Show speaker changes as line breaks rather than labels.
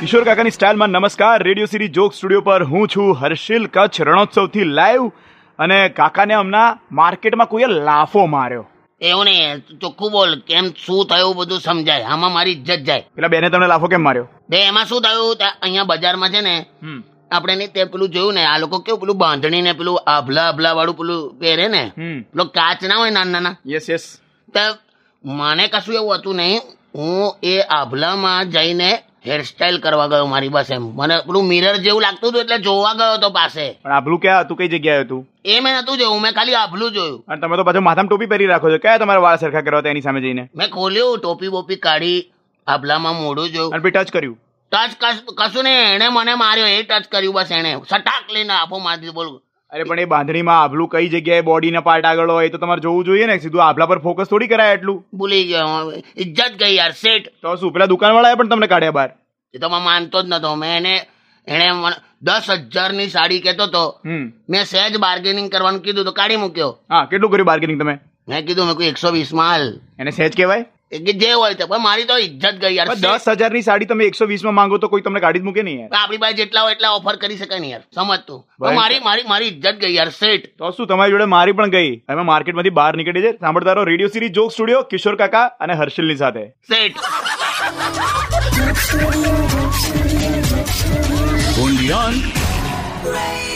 કિશોર કાકાની સ્ટાઇલમાં નમસ્કાર રેડિયો સિટી જોક સ્ટુડિયો પર હું છું હર્ષિલ કચ્છ રણોત્સવથી લાઈવ અને કાકાને હમણાં માર્કેટમાં કોઈએ લાફો માર્યો
એવું નહીં ચોખ્ખું બોલ કેમ શું થયું બધું સમજાય આમાં મારી ઇજ્જત જાય
પેલા બેને તમને લાફો કેમ માર્યો
બે એમાં શું થયું તે અહીંયા બજારમાં છે ને આપણે નહીં તે પેલું જોયું ને આ લોકો કેવું પેલું બાંધણી ને પેલું આભલા આભલા વાળું પેલું પહેરે ને
હમ
પેલો કાચ ના હોય નાના નાના
યસ યસ
તો મને કશું એવું હતું નહીં હું એ આભલામાં જઈને હેરસ્ટાઈલ કરવા ગયો મારી પાસે મને પેલું મિરર જેવું લાગતું હતું એટલે જોવા ગયો હતો પાસે
પણ આભલું ક્યાં હતું કઈ જગ્યાએ હતું
એ મેં નતું જોયું મેં ખાલી આભલું જોયું
અને તમે તો પાછો માથામાં ટોપી પહેરી રાખો છો કયા તમારા વાળ સરખા કરવા હતા એની સામે જઈને
મેં ખોલ્યું ટોપી બોપી કાઢી આભલામાં મોઢું જોયું
અને પછી ટચ કર્યું
ટચ કશ- કશું નહીં એણે મને માર્યો એ ટચ કર્યું બસ એણે સટાક લઈને આફો મારી દીધો બોલ
અરે પણ એ બાંધણીમાં આભલું કઈ જગ્યાએ બોડીના પાર્ટ આગળ હોય એ તો તમારે જોવું જોઈએ ને સીધું આભલા પર ફોકસ થોડી કરાય એટલું
ભૂલી ગયો હવે. ઇજ્જત ગઈ યાર શેઠ
તો શું પેલા દુકાનવાળાએ પણ તમને કાઢ્યા બહાર
એ તો મેં માનતો જ નતો મેં એને એણે મને દસ હજારની સાડી કહેતો હતો
હમ
મેં સહેજ બાર્ગેનિંગ કરવાનું કીધું તો કાઢી મૂક્યો
હા કેટલું કર્યું બાર્ગેનિંગ તમે
મેં કીધું મેં કોઈ એકસો વીસ માં હાલ
એને સહેજ કહેવાય
એ કે જે હોય તે પણ મારી તો ઇજ્જત ગઈ યાર
પણ દસ હજારની સાડી તમે એકસો વીસમાં માંગો તો કોઈ તમને કાઢી જ મૂકે નહીં યાર
શેઠ. આપણી પાસે જેટલા હોય એટલા ઓફર કરી શકાય ને યાર સમજ તું
ભાઈ.
પણ મારી મારી મારી ઇજ્જત ગઈ યાર શેઠ
તો શું તમારી જોડે મારી પણ ગઈ અમે માર્કેટમાંથી બહાર નીકળી છે સાંભળતા રહો radio series joke studio Kishore કાકા અને હર્ષિલની સાથે
શેઠ
Only on
Radio